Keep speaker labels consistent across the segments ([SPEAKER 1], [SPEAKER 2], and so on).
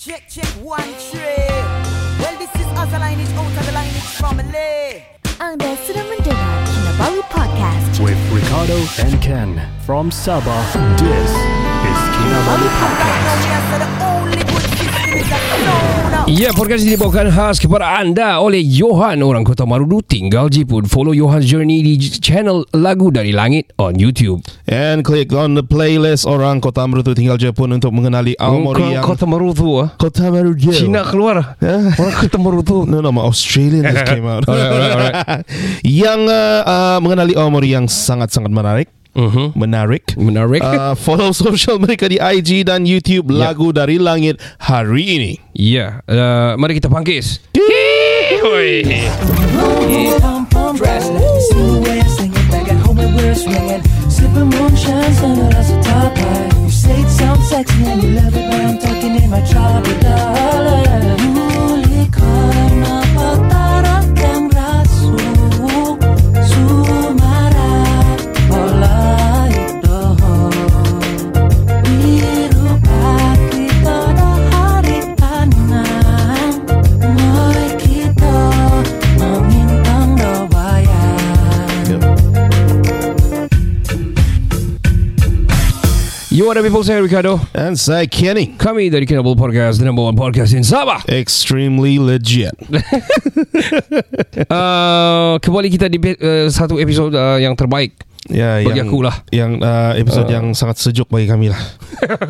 [SPEAKER 1] Check, check, one, three. Well, this is Other Lineage, Outer Lineage family.
[SPEAKER 2] Anda sedang mendengar Kinabalu Podcast.
[SPEAKER 3] with Ricardo and Ken from Sabah. This is Kinabalu
[SPEAKER 1] Come back now,
[SPEAKER 3] Podcast.
[SPEAKER 1] we answer the only good system is a sound.
[SPEAKER 4] Ya, podcast ini dibawakan khas kepada anda oleh Johan orang Kota Marudu tinggal Jepun. Follow Johan's journey di channel Lagu Dari Langit on YouTube.
[SPEAKER 5] And click on the playlist orang Kota Marutu tinggal Jepun untuk mengenali Aomori yang
[SPEAKER 4] Kota Marudu ah.
[SPEAKER 5] Kota Marutu.
[SPEAKER 4] Cina keluar.
[SPEAKER 5] Huh?
[SPEAKER 4] Orang Kota Marudu.
[SPEAKER 5] No, no, my Australian just came out.
[SPEAKER 4] Alright, alright,
[SPEAKER 5] yang uh, uh, mengenali Aomori yang sangat-sangat menarik.
[SPEAKER 4] Mhm. Ah.
[SPEAKER 5] Menarik.
[SPEAKER 4] Menarik.
[SPEAKER 5] Uh, follow social mereka di IG dan YouTube lagu dari langit hari ini.
[SPEAKER 4] Ya, uh, mari kita pangkis. Hoi.
[SPEAKER 6] pom pom dress. Silhouette singing back at home and we're swinging. Sipping moonshine, sunglasses at top light. You say it sounds sexy and you love it, but I'm talking in my trouble dollar. Muli korma potara kem rasu. Sumara pola itu. Biru pagi pada hari panang Mulai kita memintang dobayang
[SPEAKER 4] You are the people saya Ricardo.
[SPEAKER 5] And saya Kenny.
[SPEAKER 4] Kami dari Kinabalu Podcast, the number one podcast in Sabah.
[SPEAKER 5] Extremely legit.
[SPEAKER 4] Uh, kembali kita di uh, satu episod uh, yang terbaik.
[SPEAKER 5] Ya,
[SPEAKER 4] Bagi lah.
[SPEAKER 5] yang,
[SPEAKER 4] akulah.
[SPEAKER 5] Yang uh, episod yang sangat sejuk bagi kami lah.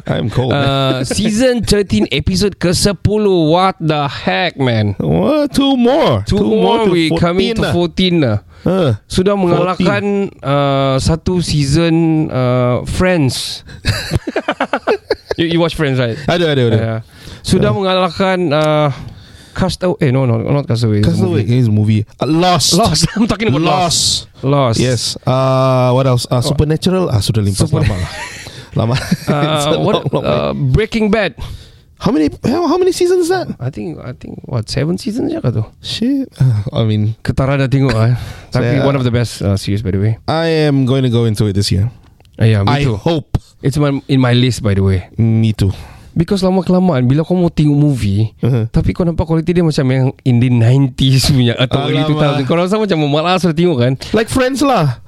[SPEAKER 5] I'm cold. man.
[SPEAKER 4] Uh, season 13 episode ke-10 What the heck man
[SPEAKER 5] What? Two more.
[SPEAKER 4] Two, more,
[SPEAKER 5] to
[SPEAKER 4] we coming to 14 lah.
[SPEAKER 5] 14 lah. Huh.
[SPEAKER 4] Sudah mengalahkan uh, satu season uh, Friends you, you watch Friends right?
[SPEAKER 5] Ada ada ada.
[SPEAKER 4] Yeah. Sudah mengalahkan uh, Castaway Eh no no not Castaway it's a
[SPEAKER 5] Castaway
[SPEAKER 4] movie.
[SPEAKER 5] is a movie. Uh, Lost.
[SPEAKER 4] Lost I'm talking about Lost
[SPEAKER 5] Lost.
[SPEAKER 4] Lost Oh.
[SPEAKER 5] Yes. Uh, what else? Uh, Supernatural. Ah sudah limpas
[SPEAKER 4] Super-
[SPEAKER 5] lama lah. Lama. It's a
[SPEAKER 4] uh, what,
[SPEAKER 5] long, long way.
[SPEAKER 4] uh, Breaking Bad
[SPEAKER 5] how many how, how many seasons is that?
[SPEAKER 4] I think I think what seven seasons je kah tu
[SPEAKER 5] Shit. Uh, I mean,
[SPEAKER 4] Ketara dah tengok ah. Tapi
[SPEAKER 5] Saya-
[SPEAKER 4] one of the best uh, series by the way
[SPEAKER 5] I am going to go into it this year.
[SPEAKER 4] Ah, yeah, me
[SPEAKER 5] I
[SPEAKER 4] too.
[SPEAKER 5] hope.
[SPEAKER 4] It's my, in my list by the way.
[SPEAKER 5] Me too.
[SPEAKER 4] Because lama kelamaan bila kau mau tengok movie,
[SPEAKER 5] Uh-huh.
[SPEAKER 4] tapi kau nampak kualiti dia macam yang in the 90s punya atau early
[SPEAKER 5] Alamak.
[SPEAKER 4] 2000. Kau rasa macam malas nak tengok kan?
[SPEAKER 5] Like friends lah.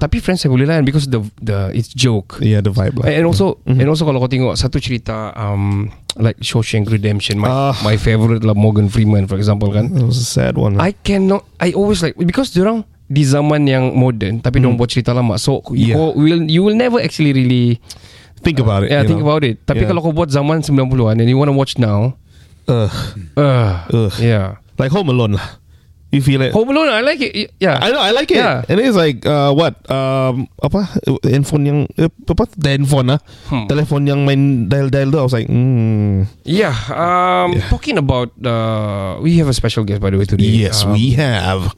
[SPEAKER 4] Tapi friends saya boleh layan because the the it's joke.
[SPEAKER 5] Yeah, the vibe lah.
[SPEAKER 4] And also mm-hmm. and also kalau kau tengok satu cerita um like Shawshank Redemption my
[SPEAKER 5] Ah.
[SPEAKER 4] my favorite lah Morgan Freeman for example kan.
[SPEAKER 5] That was a sad one.
[SPEAKER 4] I cannot I always like because orang di zaman yang modern tapi mm. buat cerita lama. So you
[SPEAKER 5] Yeah.
[SPEAKER 4] yeah. will you will never actually really
[SPEAKER 5] think about it.
[SPEAKER 4] Yeah,
[SPEAKER 5] you
[SPEAKER 4] think
[SPEAKER 5] know.
[SPEAKER 4] about it. Tapi
[SPEAKER 5] Yeah.
[SPEAKER 4] kalau kau buat zaman 90-an and you want to watch now,
[SPEAKER 5] Ugh.
[SPEAKER 4] uh,
[SPEAKER 5] Ugh.
[SPEAKER 4] yeah.
[SPEAKER 5] Like Home Alone lah. You feel it?
[SPEAKER 4] Home Alone, I like it. Yeah.
[SPEAKER 5] I know, I like it.
[SPEAKER 4] Yeah.
[SPEAKER 5] And it's like uh, what? Um, apa? Handphone yang eh, apa? Handphone lah. Telefon yang main dial dial tu. I was like, hmm.
[SPEAKER 4] yeah. Um, Talking about, uh, we have a special guest by the way today.
[SPEAKER 5] Yes,
[SPEAKER 4] Um,
[SPEAKER 5] we have.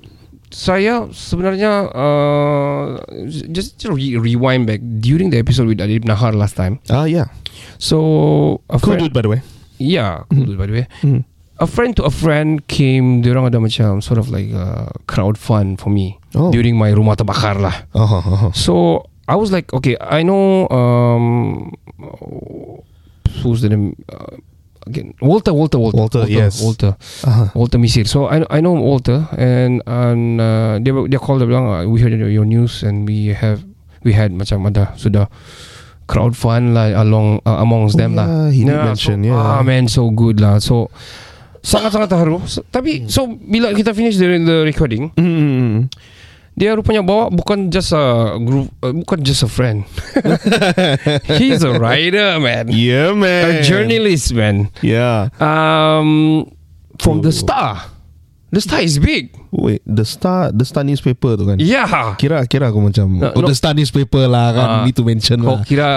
[SPEAKER 4] Saya sebenarnya uh, just, just re- rewind back during the episode with Adib Nahar last time.
[SPEAKER 5] Ah, yeah.
[SPEAKER 4] So a
[SPEAKER 5] Cool
[SPEAKER 4] friend,
[SPEAKER 5] dude, by the way.
[SPEAKER 4] yeah, cool dude by the way.
[SPEAKER 5] Mhm.
[SPEAKER 4] A friend to a friend came. Diorang ada macam sort of like uh, crowd fund for me
[SPEAKER 5] Oh.
[SPEAKER 4] during my rumah terbakar lah.
[SPEAKER 5] Uh-huh, uh-huh.
[SPEAKER 4] So I was like, okay, I know um, who's the name uh, again? Walter, Walter, Walter,
[SPEAKER 5] Walter, yes.
[SPEAKER 4] Walter,
[SPEAKER 5] Uh-huh.
[SPEAKER 4] Walter Misir. So I I know Walter, and and uh, they they called bilang, uh, we heard your news, and we have we had macam ada sudah crowd fund lah along uh, amongst
[SPEAKER 5] Oh,
[SPEAKER 4] them lah.
[SPEAKER 5] yeah, he did mention,
[SPEAKER 4] so,
[SPEAKER 5] yeah.
[SPEAKER 4] Ah man, so good lah. So sangat-sangat terharu. So, tapi so bila kita finish the, the recording,
[SPEAKER 5] Mm.
[SPEAKER 4] dia rupanya bawa bukan just a group, uh, bukan just a friend. He's a writer, man.
[SPEAKER 5] Yeah,
[SPEAKER 4] A
[SPEAKER 5] man.
[SPEAKER 4] journalist, man.
[SPEAKER 5] Yeah.
[SPEAKER 4] Um, from the
[SPEAKER 5] Ooh.
[SPEAKER 4] Star. The Star is big.
[SPEAKER 5] Wait, the star, the star newspaper tu kan?
[SPEAKER 4] Yeah.
[SPEAKER 5] Kira kira aku macam
[SPEAKER 4] No,
[SPEAKER 5] oh,
[SPEAKER 4] no.
[SPEAKER 5] the star newspaper lah kan
[SPEAKER 4] Ah.
[SPEAKER 5] need to mention
[SPEAKER 4] Kau
[SPEAKER 5] lah.
[SPEAKER 4] kira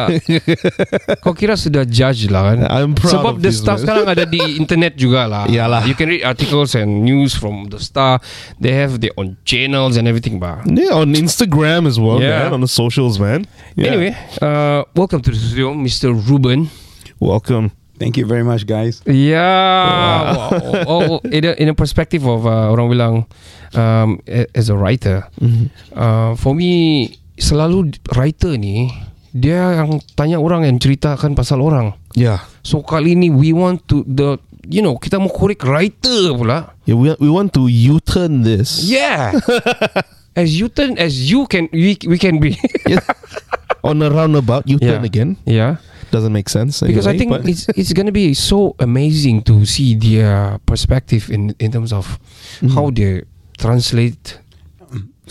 [SPEAKER 4] Kau kira sudah judge lah kan
[SPEAKER 5] I'm proud
[SPEAKER 4] Sebab
[SPEAKER 5] of
[SPEAKER 4] The
[SPEAKER 5] this,
[SPEAKER 4] Star
[SPEAKER 5] man.
[SPEAKER 4] sekarang ada di internet jugalah
[SPEAKER 5] Yalah.
[SPEAKER 4] You can read articles and news from The Star They have their own channels and everything bah.
[SPEAKER 5] Yeah, on Instagram as well,
[SPEAKER 4] Yeah.
[SPEAKER 5] man. On the socials, man. Yeah.
[SPEAKER 4] Anyway uh, Welcome to the studio Mr. Ruben
[SPEAKER 5] welcome.
[SPEAKER 7] Thank you very much, guys.
[SPEAKER 4] Yeah. Wow. oh, in a, in a perspective of uh, orang bilang um, a- as a writer,
[SPEAKER 5] Mm-hmm.
[SPEAKER 4] uh, for me selalu writer ni dia yang tanya orang yang ceritakan pasal orang.
[SPEAKER 5] Yeah.
[SPEAKER 4] So kali ni we want to the you know kita mau korek writer pula.
[SPEAKER 5] Yeah, we, we want to U-turn this.
[SPEAKER 4] Yeah. as you turn as you can we we can be.
[SPEAKER 5] Yes. On a roundabout,
[SPEAKER 4] Yeah.
[SPEAKER 5] U-turn again.
[SPEAKER 4] yeah.
[SPEAKER 5] Doesn't make sense.
[SPEAKER 4] Because I
[SPEAKER 5] anyway,
[SPEAKER 4] think
[SPEAKER 5] but-
[SPEAKER 4] it's it's gonna be so amazing to see their perspective in in terms of
[SPEAKER 5] mm. Mm-hmm.
[SPEAKER 4] how they translate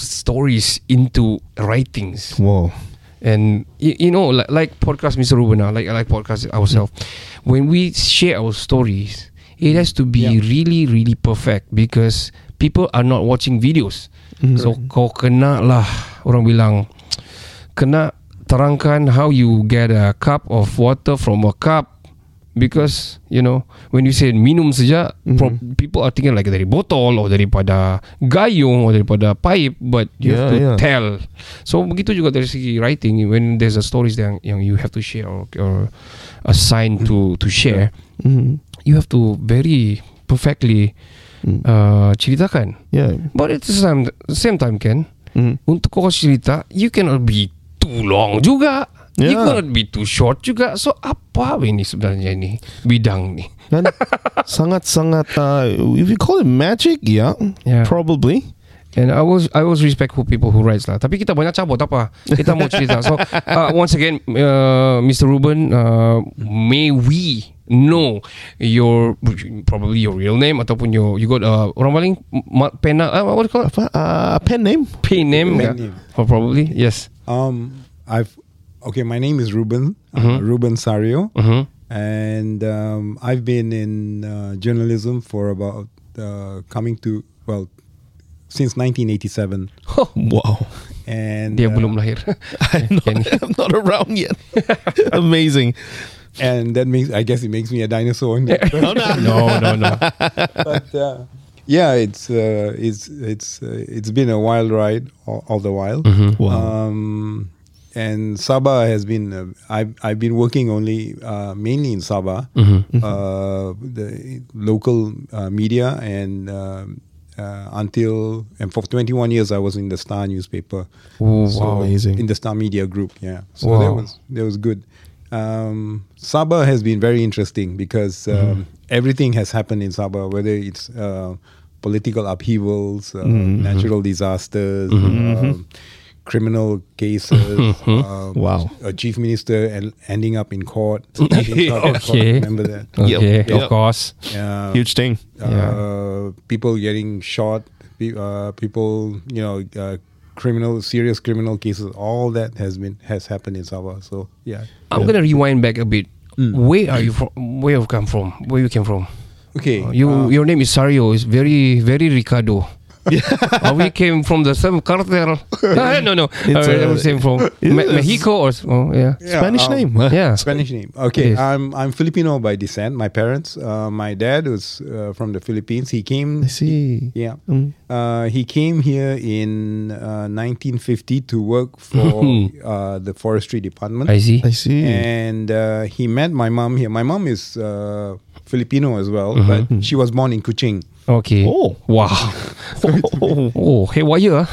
[SPEAKER 4] stories into writings.
[SPEAKER 5] Whoa.
[SPEAKER 4] and you, you know like, like podcast mr rubina like i like podcast ourselves when we share our stories it has to be really really perfect because people are not watching videos so kau kena lah orang bilang kena terangkan how you get a cup of water from a cup because you know when you say minum saja
[SPEAKER 5] Mhm.
[SPEAKER 4] pro- people are thinking like dari botol or daripada gayung or daripada pipe but you have to
[SPEAKER 5] Yeah, yeah.
[SPEAKER 4] tell so begitu juga dari segi writing when there's a stories yang yang you have to share or, or assign to
[SPEAKER 5] Mm.
[SPEAKER 4] to share
[SPEAKER 5] Mm-hmm.
[SPEAKER 4] you have to very perfectly
[SPEAKER 5] Mm.
[SPEAKER 4] uh, ceritakan
[SPEAKER 5] Yeah.
[SPEAKER 4] but at the same, same time Ken
[SPEAKER 5] Mm.
[SPEAKER 4] untuk kau cerita you cannot be too long juga You
[SPEAKER 5] Yeah.
[SPEAKER 4] cannot be too short juga So apa ini sebenarnya ini Bidang ni
[SPEAKER 5] Dan sangat sangat uh, if you call it magic, yeah,
[SPEAKER 4] Yeah.
[SPEAKER 5] probably.
[SPEAKER 4] And I was I was respectful people who writes lah. Tapi kita banyak cabut apa? Kita mau cerita. So uh, once again, uh, Mr. Ruben, uh, may we know your probably your real name ataupun your you got uh, orang paling ma- pena uh, what do you call it?
[SPEAKER 5] Apa uh, pen name?
[SPEAKER 4] Pen name,
[SPEAKER 7] Pen
[SPEAKER 4] nggak?
[SPEAKER 7] name.
[SPEAKER 4] or probably yes.
[SPEAKER 7] Um, I've okay. My name is Ruben uh,
[SPEAKER 4] Mhm.
[SPEAKER 7] Ruben Sario,
[SPEAKER 4] Mhm.
[SPEAKER 7] and um, I've been in uh, journalism for about uh, coming to well since 1987,
[SPEAKER 5] Wow,
[SPEAKER 7] and
[SPEAKER 4] Dia
[SPEAKER 7] uh,
[SPEAKER 4] belum lahir.
[SPEAKER 5] I'm not, I'm not around yet. Amazing.
[SPEAKER 7] uh, and that makes I guess it makes me a dinosaur. In that
[SPEAKER 5] No, no.
[SPEAKER 4] no, no, no.
[SPEAKER 7] but uh, yeah, it's uh, it's it's uh, it's been a wild ride all, all the while.
[SPEAKER 4] Mm-hmm.
[SPEAKER 5] Wow.
[SPEAKER 7] Um, and Sabah has been uh, I've I've been working only uh, mainly in Sabah, uh, the local uh, media, and um uh, until and for 21 years I was in the Star newspaper.
[SPEAKER 4] Oh, wow.
[SPEAKER 5] Amazing.
[SPEAKER 7] In the Star Media Group, yeah. So that
[SPEAKER 4] Wow.
[SPEAKER 7] was that was good. Um, Sabah has been very interesting because um, everything has happened in Sabah, whether it's uh, political upheavals, uh, natural disasters, um, criminal cases. um,
[SPEAKER 5] Wow.
[SPEAKER 7] A chief minister and ending up in court. Ending up in court,
[SPEAKER 4] Okay.
[SPEAKER 7] remember that?
[SPEAKER 4] Okay,
[SPEAKER 5] Yep.
[SPEAKER 4] of course.
[SPEAKER 7] Yeah
[SPEAKER 5] Huge thing.
[SPEAKER 7] uh, people getting shot, pe- uh, people, you know, uh, criminal, serious criminal cases. All that has been has happened in Sabah. So yeah.
[SPEAKER 4] I'm gonna rewind back a bit.
[SPEAKER 5] Mm.
[SPEAKER 4] Where are you from? Where you come from? Where you came from?
[SPEAKER 7] Okay.
[SPEAKER 4] You,
[SPEAKER 7] uh,
[SPEAKER 4] your name is Sario. It's very, very Ricardo. or we came from the same cartel. no, no, no.
[SPEAKER 5] It's,
[SPEAKER 4] Uh,
[SPEAKER 5] uh,
[SPEAKER 4] we came from
[SPEAKER 5] it
[SPEAKER 4] Me-
[SPEAKER 5] is.
[SPEAKER 4] Mexico or s- oh, yeah,
[SPEAKER 7] yeah,
[SPEAKER 5] Spanish
[SPEAKER 7] um,
[SPEAKER 5] name. huh?
[SPEAKER 4] yeah.
[SPEAKER 7] Spanish name. Okay,
[SPEAKER 4] Yes.
[SPEAKER 7] I'm I'm Filipino by descent. My parents, uh, my dad was uh, from the Philippines. He came.
[SPEAKER 5] I see.
[SPEAKER 7] Yeah.
[SPEAKER 5] Mm.
[SPEAKER 7] Uh, he came here in uh, 1950 to work for uh, the forestry department.
[SPEAKER 4] I see.
[SPEAKER 5] I see.
[SPEAKER 7] and uh, he met my mom here. My mom is uh, Filipino as well,
[SPEAKER 4] Mm-hmm. Hmm.
[SPEAKER 7] but she was born in Kuching.
[SPEAKER 4] Okay.
[SPEAKER 5] Oh.
[SPEAKER 4] Wow.
[SPEAKER 5] Oh,
[SPEAKER 4] Oh, hey, why you? ah?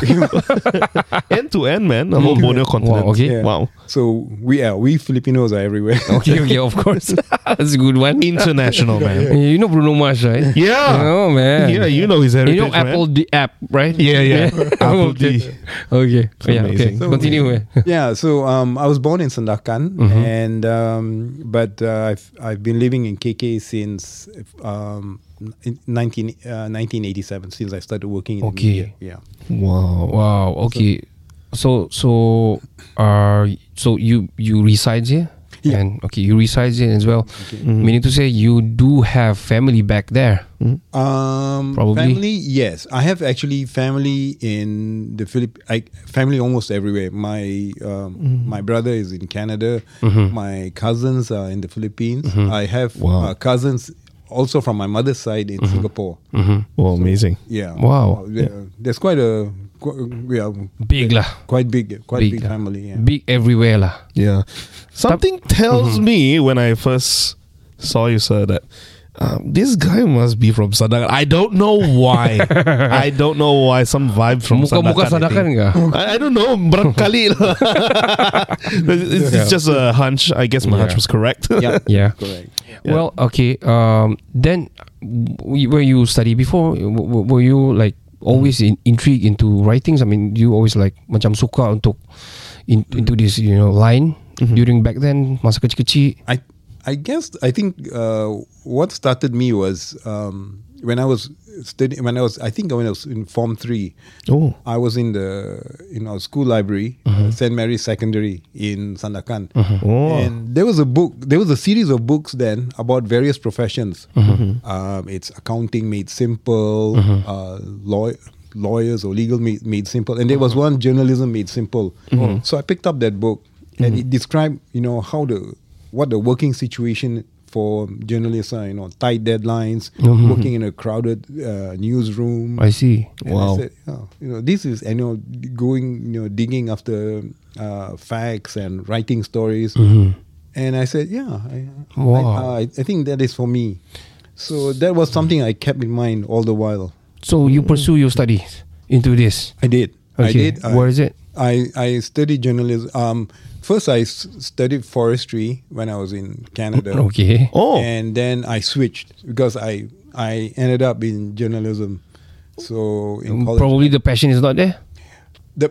[SPEAKER 5] end to end, man. The whole Borneo continent.
[SPEAKER 4] Wow, okay.
[SPEAKER 7] Yeah.
[SPEAKER 5] Wow.
[SPEAKER 7] So we are we Filipinos are everywhere.
[SPEAKER 4] okay, okay, of course. That's a good one.
[SPEAKER 5] International, man.
[SPEAKER 4] You know Bruno Mars, right?
[SPEAKER 5] Yeah.
[SPEAKER 4] Oh man.
[SPEAKER 5] Yeah, you know his heritage,
[SPEAKER 4] You know
[SPEAKER 5] man.
[SPEAKER 4] Apple the app, right?
[SPEAKER 5] Yeah, yeah. Apple
[SPEAKER 4] okay.
[SPEAKER 5] D.
[SPEAKER 4] Okay. Yeah, okay.
[SPEAKER 5] amazing.
[SPEAKER 4] Continue. eh.
[SPEAKER 7] yeah. So um, I was born in Sandakan,
[SPEAKER 4] Mm-hmm.
[SPEAKER 7] and um, but uh, I've I've been living in KK since um, in 19, uh, 1987 since I started working. in the
[SPEAKER 4] Okay.
[SPEAKER 7] media. Yeah.
[SPEAKER 5] Wow.
[SPEAKER 4] Wow. Okay. So so are so you you reside here
[SPEAKER 7] Yeah.
[SPEAKER 4] and okay you reside here as well. Mm-hmm. Meaning to say you do have family back there.
[SPEAKER 5] Mm-hmm.
[SPEAKER 7] Um,
[SPEAKER 4] Probably.
[SPEAKER 7] family. Yes, I have actually family in the Philip. I family almost everywhere. My um,
[SPEAKER 4] Mm-hmm.
[SPEAKER 7] my brother is in Canada. My cousins are in the Philippines.
[SPEAKER 4] Mm-hmm.
[SPEAKER 7] I have
[SPEAKER 5] Wow.
[SPEAKER 7] uh, cousins also from my mother's side in Singapore.
[SPEAKER 5] Wow, amazing.
[SPEAKER 7] Yeah.
[SPEAKER 4] Mm-hmm. Wow.
[SPEAKER 7] Uh, yeah, There's quite a qu- we are
[SPEAKER 4] Big lah.
[SPEAKER 7] quite big quite big,
[SPEAKER 4] Big, yeah.
[SPEAKER 7] family. Yeah.
[SPEAKER 4] Big everywhere lah.
[SPEAKER 7] Mm-hmm.
[SPEAKER 5] Yeah. Something tells me when I first saw you, sir, that um, this guy must be from Sadakan. I don't know why. I don't know why. Some vibe from
[SPEAKER 4] Muka-muka
[SPEAKER 5] Sandakan, I
[SPEAKER 4] Sandakan
[SPEAKER 5] think.
[SPEAKER 4] ke?
[SPEAKER 5] I, I don't know. Berkali lah. it's, it's just a hunch. I guess my hunch was correct.
[SPEAKER 7] Yeah.
[SPEAKER 4] Yeah.
[SPEAKER 7] Correct.
[SPEAKER 4] Well, okay. Um, then, w- were you study before? W- w- Were you like always in, intrigued into writings? I mean, you always like macam suka untuk in, into this you know line during back then masa kecil-kecil.
[SPEAKER 7] I I guess I think uh, what started me was um, when I was studying. When I was, I think when I was in Form Three,
[SPEAKER 5] Oh.
[SPEAKER 7] I was in the in our school library, uh, Saint Mary's Secondary in Sandakan,
[SPEAKER 5] Oh.
[SPEAKER 7] and there was a book. There was a series of books then about various professions. Um, it's accounting made simple, uh, law. Lawyers or legal made, made simple, and there was one journalism made simple. So I picked up that book, and it described, you know, how the what the working situation for journalists are, you know, tight deadlines, working in a crowded uh, newsroom.
[SPEAKER 4] I see.
[SPEAKER 7] And I said, oh, you know, this is, you know, going, you know, digging after uh, facts and writing stories. And I said, yeah, I, I-
[SPEAKER 4] Mm-hmm. Wow.
[SPEAKER 7] I, I, think that is for me. So that was something I kept in mind all the while.
[SPEAKER 4] So you pursue your studies into this.
[SPEAKER 7] I did. I
[SPEAKER 4] Okay.
[SPEAKER 7] did. I-
[SPEAKER 4] Where is it?
[SPEAKER 7] I, I studied journalism. Um, first, I s- studied forestry when I was in Canada.
[SPEAKER 4] Mm, Okay.
[SPEAKER 5] Oh.
[SPEAKER 7] And then I switched because I I ended up in journalism. So in college,
[SPEAKER 4] Mm, Probably the passion is not there.
[SPEAKER 7] the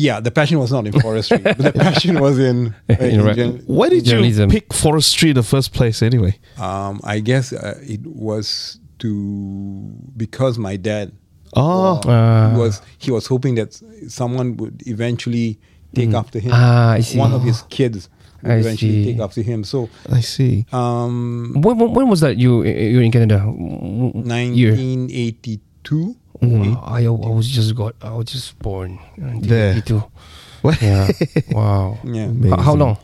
[SPEAKER 7] yeah the passion was not in forestry but the passion was in, uh,
[SPEAKER 4] In
[SPEAKER 7] in
[SPEAKER 4] re-
[SPEAKER 7] gen-
[SPEAKER 5] Why did
[SPEAKER 4] Journalism.
[SPEAKER 5] you pick forestry in the first place anyway?
[SPEAKER 7] um, i guess uh, it was to because my dad
[SPEAKER 5] Oh.
[SPEAKER 4] Ah.
[SPEAKER 7] was he was hoping that someone would eventually take after him
[SPEAKER 4] Ah, I see.
[SPEAKER 7] one of his kids would
[SPEAKER 4] I
[SPEAKER 7] eventually
[SPEAKER 4] see.
[SPEAKER 7] take after him so
[SPEAKER 5] I see.
[SPEAKER 7] um,
[SPEAKER 4] When, when, when was that you eh, you were in Canada? Nine year. Mm.
[SPEAKER 7] 1982
[SPEAKER 4] Wow, I, I was just got I was just born.
[SPEAKER 5] There.
[SPEAKER 4] 1982.
[SPEAKER 5] What?
[SPEAKER 4] Yeah. wow.
[SPEAKER 7] yeah
[SPEAKER 4] H- how long?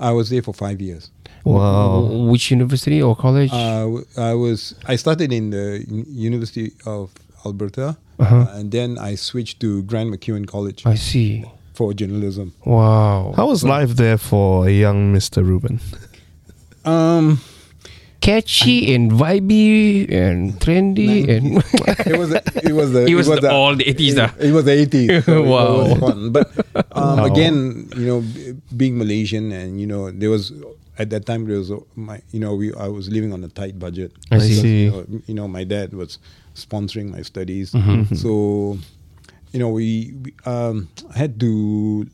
[SPEAKER 7] i was there for five years
[SPEAKER 5] Wow.
[SPEAKER 4] W- Which university or college?
[SPEAKER 7] Uh, w- I was I started in the U- University of Alberta, uh, and then I switched to Grand McEwen College
[SPEAKER 4] I see.
[SPEAKER 7] for journalism.
[SPEAKER 4] Wow.
[SPEAKER 5] How was life there for a young Mr. Ruben?
[SPEAKER 7] Um,
[SPEAKER 4] catchy and vibey and trendy and
[SPEAKER 7] it was it was the,
[SPEAKER 4] It was the- all the 80s, ah.
[SPEAKER 7] It, it was the eighties.
[SPEAKER 4] Wow.
[SPEAKER 7] But um,
[SPEAKER 5] Wow.
[SPEAKER 7] again, you know, b- being Malaysian, and you know, there was at that time there was uh, my you know we I was living on a tight budget.
[SPEAKER 5] I see.
[SPEAKER 7] You know, you know, my dad was sponsoring my studies,
[SPEAKER 4] Mm-hmm.
[SPEAKER 5] Mm-hmm.
[SPEAKER 7] so. You know, we, we um, had to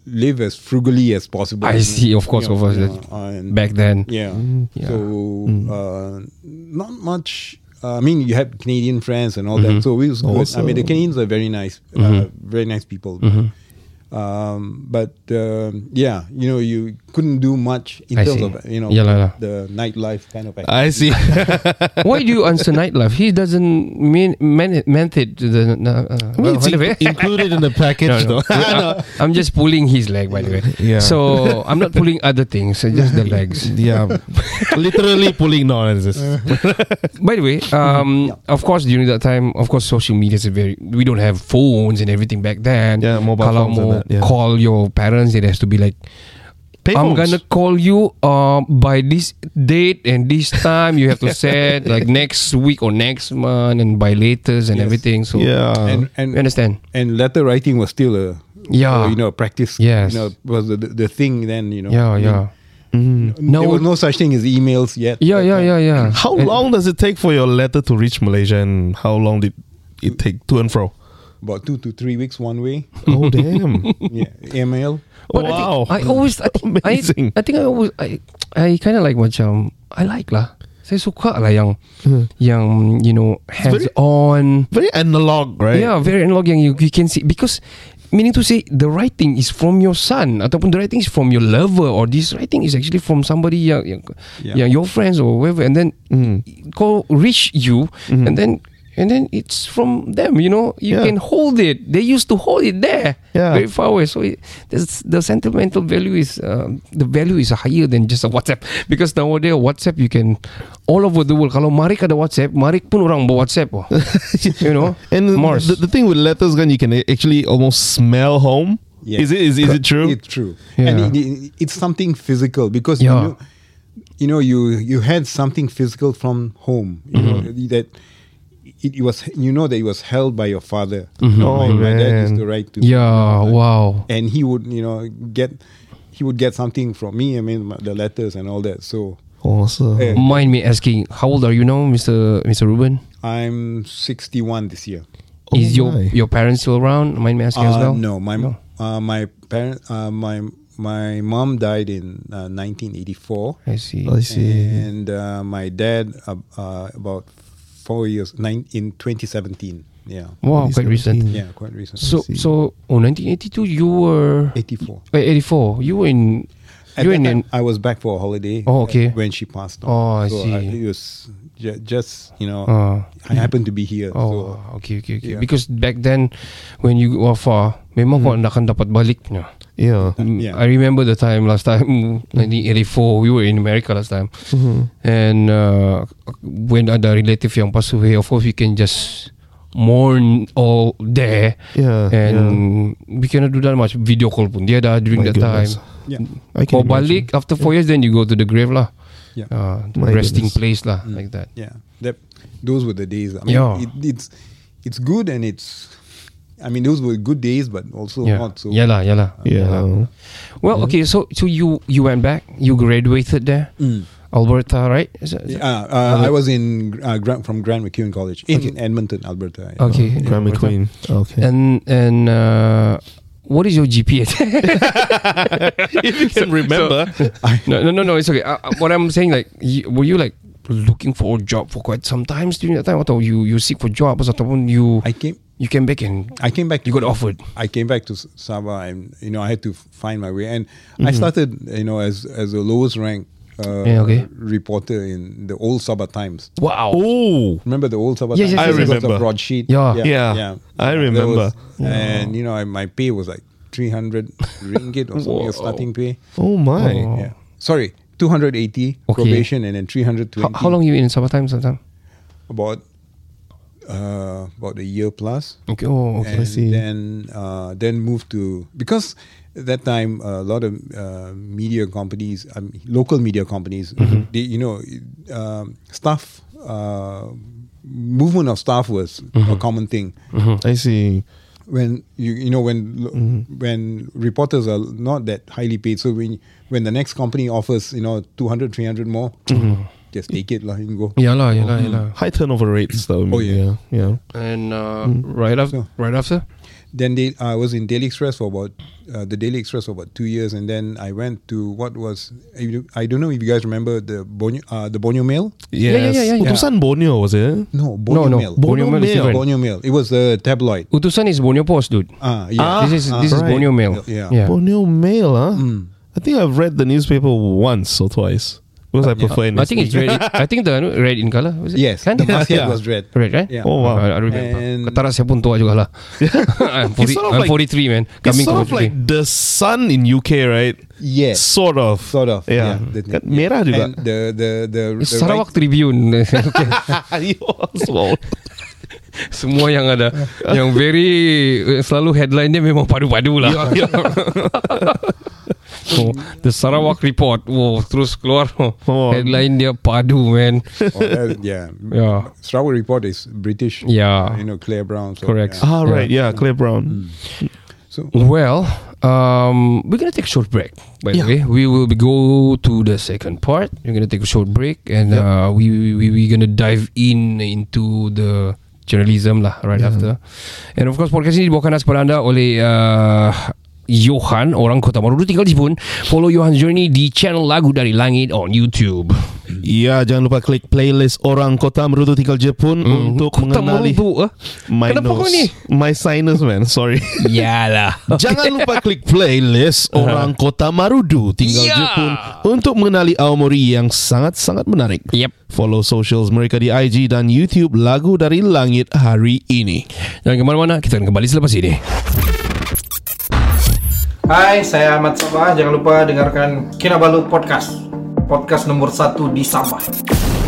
[SPEAKER 7] live as frugally as possible.
[SPEAKER 4] I see, of course,
[SPEAKER 7] You know,
[SPEAKER 4] of course,
[SPEAKER 7] you
[SPEAKER 4] that-
[SPEAKER 7] know, and-
[SPEAKER 4] back then.
[SPEAKER 7] yeah.
[SPEAKER 4] Yeah. Mm-hmm.
[SPEAKER 7] So uh, not much. Uh, I mean, you had Canadian friends and all
[SPEAKER 4] Mm-hmm.
[SPEAKER 7] that. So it was good. I mean, the Canadians are very nice, uh, very nice people.
[SPEAKER 4] Mm-hmm.
[SPEAKER 7] Um, but um, yeah, you know, you couldn't do much in
[SPEAKER 4] I see.
[SPEAKER 7] terms of you know
[SPEAKER 4] Yeah, lah, lah.
[SPEAKER 7] the nightlife kind of. Activity.
[SPEAKER 5] I see.
[SPEAKER 4] Why do you answer nightlife? He doesn't mean meant, meant it. to The, uh, well,
[SPEAKER 5] it's
[SPEAKER 4] anyway.
[SPEAKER 5] in- included in the package,
[SPEAKER 4] No, no.
[SPEAKER 5] though.
[SPEAKER 4] I, am just pulling his leg, by the way.
[SPEAKER 5] Yeah.
[SPEAKER 4] So I'm not pulling other things, uh, just the legs.
[SPEAKER 5] yeah, Uh, literally pulling nonsense.
[SPEAKER 4] By the way, um, of course, during that time, of course, social media is very. We don't have phones and everything back then.
[SPEAKER 5] Yeah, mobile
[SPEAKER 4] Kalau
[SPEAKER 5] phones and
[SPEAKER 4] mau
[SPEAKER 5] that, yeah.
[SPEAKER 4] call your parents, it has to be like I'm gonna call you uh, by this date and this time. You have to set like next week or next month and by latest and
[SPEAKER 7] Yes.
[SPEAKER 4] everything. So
[SPEAKER 5] Yeah,
[SPEAKER 7] and and
[SPEAKER 4] you understand?
[SPEAKER 7] and letter writing was still a
[SPEAKER 4] Uh, Yeah.
[SPEAKER 7] uh, you know practice.
[SPEAKER 4] Yes.
[SPEAKER 7] you know was the, the the thing then. You know.
[SPEAKER 4] Yeah,
[SPEAKER 7] I mean,
[SPEAKER 4] yeah, Mm-hmm.
[SPEAKER 7] there
[SPEAKER 4] No-
[SPEAKER 7] was no such thing as emails yet.
[SPEAKER 4] yeah,
[SPEAKER 7] But,
[SPEAKER 4] yeah,
[SPEAKER 7] uh,
[SPEAKER 4] yeah, yeah.
[SPEAKER 5] how
[SPEAKER 4] And
[SPEAKER 5] long does it take for your letter to reach Malaysia, and how long did it take to and fro?
[SPEAKER 7] About two to three weeks one way.
[SPEAKER 5] Oh damn!
[SPEAKER 7] yeah, email.
[SPEAKER 4] But I
[SPEAKER 5] wow!
[SPEAKER 4] think I always, I think, I,
[SPEAKER 5] Amazing.
[SPEAKER 4] I think I always, I, I kind of like macam, I like lah. Saya suka lah yang, yang you know hands
[SPEAKER 5] very-
[SPEAKER 4] on.
[SPEAKER 5] Very analog, right?
[SPEAKER 4] Yeah, very analog yang you, you can see because meaning to say the writing is from your son ataupun the writing is from your lover or this writing is actually from somebody yang yang,
[SPEAKER 7] Yeah.
[SPEAKER 4] yang your friends or whoever and then
[SPEAKER 5] Mm.
[SPEAKER 4] go reach you and then and then it's from them you know you
[SPEAKER 5] Mm-hmm. Yeah.
[SPEAKER 4] can hold it they used to hold it there
[SPEAKER 5] Yeah.
[SPEAKER 4] very far away so it, this, the sentimental value is uh, the value is higher than just a whatsapp because nowadays whatsapp you can all over the world kalau Marik ada whatsapp Marik pun orang bawa whatsapp oh. you know
[SPEAKER 5] And
[SPEAKER 4] Mars
[SPEAKER 5] The, the thing with letters, gun, you can a- actually almost smell home.
[SPEAKER 7] Yeah.
[SPEAKER 5] Is it is, is it true?
[SPEAKER 7] It's true.
[SPEAKER 4] Yeah.
[SPEAKER 7] And it, it- it's something physical because
[SPEAKER 4] Yeah.
[SPEAKER 7] you know, you know you you had something physical from home you
[SPEAKER 5] Mm-hmm.
[SPEAKER 7] know, that it, it was you know that it was held by your father.
[SPEAKER 5] Oh,
[SPEAKER 7] my, my dad
[SPEAKER 5] man.
[SPEAKER 7] used to write to
[SPEAKER 4] Yeah, wow.
[SPEAKER 7] and he would you know get he would get something from me. I mean the letters and all that. So
[SPEAKER 5] Awesome.
[SPEAKER 7] eh,
[SPEAKER 4] Mind me asking, how old are you now, Mr. Mr. Ruben?
[SPEAKER 7] I'm 61 this year.
[SPEAKER 5] Oh
[SPEAKER 4] Is your
[SPEAKER 5] my.
[SPEAKER 4] your parents still around? Mind me asking as
[SPEAKER 7] Uh,
[SPEAKER 4] well?
[SPEAKER 7] No, my Uh, my parents uh, my my mom died in uh, 1984.
[SPEAKER 4] I see.
[SPEAKER 5] Oh, I
[SPEAKER 4] Mm-hmm.
[SPEAKER 5] see.
[SPEAKER 7] and uh, my dad uh, uh, about four years nine, in 2017 yeah
[SPEAKER 4] Wow, quite
[SPEAKER 5] 17.
[SPEAKER 4] recent.
[SPEAKER 7] yeah quite recent
[SPEAKER 4] Mm-hmm. So
[SPEAKER 5] see.
[SPEAKER 4] so oh, 1982 you were
[SPEAKER 7] 84
[SPEAKER 4] wait, 84. You were in
[SPEAKER 7] At
[SPEAKER 4] you were
[SPEAKER 7] that
[SPEAKER 4] in,
[SPEAKER 7] time,
[SPEAKER 4] an-
[SPEAKER 7] I was back for a holiday
[SPEAKER 4] Oh,
[SPEAKER 7] uh,
[SPEAKER 4] okay.
[SPEAKER 7] when she passed on
[SPEAKER 4] Oh, I
[SPEAKER 7] so uh,
[SPEAKER 4] see.
[SPEAKER 7] it was ju- just you know
[SPEAKER 4] Ah.
[SPEAKER 7] I happened to be here
[SPEAKER 4] Oh,
[SPEAKER 7] so uh,
[SPEAKER 4] okay, okay, okay.
[SPEAKER 7] yeah.
[SPEAKER 4] Because back then, when you go far, memang kau akan dapat baliknya.
[SPEAKER 5] Yeah.
[SPEAKER 4] Mm,
[SPEAKER 7] Mm. Yeah.
[SPEAKER 4] I remember the time last time, 1984, we were in America last time.
[SPEAKER 5] Mm-hmm.
[SPEAKER 4] And uh, when ada relative yang pass away, of course we can just mourn all there.
[SPEAKER 5] Yeah.
[SPEAKER 4] And
[SPEAKER 5] yeah.
[SPEAKER 4] we cannot do that much video call pun. Dia dah during
[SPEAKER 5] My
[SPEAKER 4] that
[SPEAKER 5] goodness.
[SPEAKER 4] time.
[SPEAKER 7] yeah
[SPEAKER 5] I
[SPEAKER 4] Kau
[SPEAKER 5] can imagine.
[SPEAKER 4] balik after four years, then you go to the grave lah.
[SPEAKER 7] Yeah.
[SPEAKER 4] Uh,
[SPEAKER 5] My
[SPEAKER 4] resting
[SPEAKER 5] goodness. Mm.
[SPEAKER 4] place lah, like that.
[SPEAKER 7] yeah that those were the days I mean
[SPEAKER 4] Yeah.
[SPEAKER 7] it, it's it's good and it's I mean those were good days but also
[SPEAKER 4] Yeah.
[SPEAKER 7] not so
[SPEAKER 4] yeah lah, yeah lah.
[SPEAKER 5] Yeah.
[SPEAKER 4] Well, okay, so so you you went back, you graduated there,
[SPEAKER 7] Mm.
[SPEAKER 4] Alberta, right? Is that- is
[SPEAKER 7] Yeah,
[SPEAKER 4] that-
[SPEAKER 7] uh, uh, I was in uh, Grant, from Grand McEwen College in Edmonton, Alberta. yeah.
[SPEAKER 4] Okay, in
[SPEAKER 5] Grammar
[SPEAKER 4] Alberta.
[SPEAKER 5] Queen. Okay.
[SPEAKER 4] And and uh, what is your GPA?
[SPEAKER 5] if you can remember.
[SPEAKER 4] no, no, no, no, it's okay. Uh, uh, what I'm saying, like, you, were you like looking for a job for quite some times during that time? Atau you you seek for jobs ataupun you
[SPEAKER 7] I came
[SPEAKER 4] you came back and
[SPEAKER 7] I came back.
[SPEAKER 4] You got offered.
[SPEAKER 7] I came back to S- Sabah, and you know I had to f- find my way. And I started, you know, as as the lowest rank uh,
[SPEAKER 4] Mm-hmm. Yeah, okay.
[SPEAKER 7] reporter in the old Sabah Times.
[SPEAKER 4] wow.
[SPEAKER 5] Oh.
[SPEAKER 7] Remember the old Sabah
[SPEAKER 4] Yes, yes, yes, I yes.
[SPEAKER 7] Times? It was a
[SPEAKER 5] remember.
[SPEAKER 7] broadsheet.
[SPEAKER 4] Yeah.
[SPEAKER 5] Yeah, I
[SPEAKER 7] That
[SPEAKER 5] remember.
[SPEAKER 7] was- And you know, I, my pay was like three hundred ringgit or something,
[SPEAKER 4] Whoa.
[SPEAKER 7] your starting pay.
[SPEAKER 5] Oh my.
[SPEAKER 7] Yeah. Sorry, two hundred eighty
[SPEAKER 4] Okay.
[SPEAKER 7] probation, and then three hundred
[SPEAKER 4] How,
[SPEAKER 7] twenty.
[SPEAKER 4] how long you in Sabah Times? Sabah Times?
[SPEAKER 7] About uh, about a year plus.
[SPEAKER 4] Okay. Oh, okay.
[SPEAKER 7] and
[SPEAKER 5] see.
[SPEAKER 7] then uh, then moved to because at that time a lot of uh, media companies, um, local media companies, they, you know, um, staff uh, movement of staff was a common thing.
[SPEAKER 5] Mm-hmm. I see.
[SPEAKER 7] When you you know when lo- when reporters are not that highly paid, so when when the next company offers you know 200, 300 more, just take it lah and go.
[SPEAKER 4] Yeah lah, yeah lah, yeah lah.
[SPEAKER 5] Mm. High turnover rates though.
[SPEAKER 7] Oh, yeah.
[SPEAKER 5] Yeah. Mm.
[SPEAKER 4] And uh, right after, right after.
[SPEAKER 7] then they, I was in Daily Express for about uh, the Daily Express for about two years, and then I went to what was I don't know if you guys remember the Bonio, uh, the Bonio Mail.
[SPEAKER 5] Yes.
[SPEAKER 4] yeah, yeah, yeah.
[SPEAKER 5] Utusan Borneo was it?
[SPEAKER 7] No, Bonio
[SPEAKER 4] no,
[SPEAKER 7] Mail.
[SPEAKER 4] Borneo Mail is
[SPEAKER 7] Yeah,
[SPEAKER 4] different.
[SPEAKER 7] Bonio Mail. It was a tabloid.
[SPEAKER 4] Utusan is Borneo Post, dude.
[SPEAKER 7] Ah, yeah.
[SPEAKER 4] this is this is
[SPEAKER 5] right.
[SPEAKER 4] Borneo Mail.
[SPEAKER 7] Yeah. Mm.
[SPEAKER 5] Borneo Mail, huh?
[SPEAKER 4] Mm.
[SPEAKER 5] I think I've read the newspaper once or twice because I prefer.
[SPEAKER 4] I think it's red. I think the ano, red in color. Was it?
[SPEAKER 7] yes,
[SPEAKER 4] Kan?
[SPEAKER 7] the
[SPEAKER 5] Yeah.
[SPEAKER 7] masthead was red.
[SPEAKER 4] Red, right?
[SPEAKER 7] Yeah.
[SPEAKER 5] Oh, wow.
[SPEAKER 4] I, I remember.
[SPEAKER 7] And-
[SPEAKER 4] Katara saya pun tua juga lah. I'm, 40,
[SPEAKER 5] It's sort of
[SPEAKER 4] I'm
[SPEAKER 5] like-
[SPEAKER 4] 43, man.
[SPEAKER 5] it's
[SPEAKER 4] Coming to
[SPEAKER 5] sort of like the sun in UK, right?
[SPEAKER 7] Yeah.
[SPEAKER 5] Sort of.
[SPEAKER 7] Sort of,
[SPEAKER 5] Yeah.
[SPEAKER 7] yeah. The-
[SPEAKER 5] Kan merah juga.
[SPEAKER 7] And the the the, the
[SPEAKER 4] Sarawak
[SPEAKER 7] right-
[SPEAKER 4] Tribune. Okay.
[SPEAKER 5] Oswald.
[SPEAKER 4] Semua yang ada yang very eh, selalu headline dia memang padu-padu lah. so, the Sarawak Report. Wow, terus keluar
[SPEAKER 5] Oh.
[SPEAKER 4] headline dia padu, man. Ya,
[SPEAKER 7] oh, uh, yeah.
[SPEAKER 4] Yeah.
[SPEAKER 7] Sarawak Report is British.
[SPEAKER 4] Yeah.
[SPEAKER 7] You know Claire Brown. So,
[SPEAKER 4] Correct.
[SPEAKER 7] yeah.
[SPEAKER 5] ah, right. Yeah, Claire Brown.
[SPEAKER 7] So
[SPEAKER 4] Well, um, we're gonna take a short break. By the way, we will be go to the second part. We're gonna take a short break, and uh, we we we we're gonna dive in into the journalism lah right after. And of course, podcast ini dibawakan kepada anda oleh. Uh, Johan orang Kota Marudu tinggal di Jepun follow Johan's journey di channel lagu dari langit on YouTube
[SPEAKER 5] Ya, jangan lupa klik playlist orang kota merutu tinggal Jepun Hmm, untuk
[SPEAKER 4] Hmm. Kota
[SPEAKER 5] mengenali
[SPEAKER 4] Marudu eh?
[SPEAKER 5] my
[SPEAKER 4] Kenapa kau
[SPEAKER 5] nose.
[SPEAKER 4] ni?
[SPEAKER 5] My sinus, man. Sorry.
[SPEAKER 4] Yalah
[SPEAKER 5] Jangan lupa klik playlist Orang Kota Marudu Tinggal
[SPEAKER 4] Ya.
[SPEAKER 5] Jepun Untuk mengenali Aomori yang sangat-sangat menarik
[SPEAKER 4] Yep.
[SPEAKER 5] Follow socials mereka di IG dan YouTube Lagu dari Langit hari ini
[SPEAKER 4] Jangan ke mana-mana Kita akan kembali selepas ini
[SPEAKER 8] Hai, saya Ahmad Sabah. Jangan lupa dengarkan Kinabalu Podcast. Podcast nomor satu di Sabah.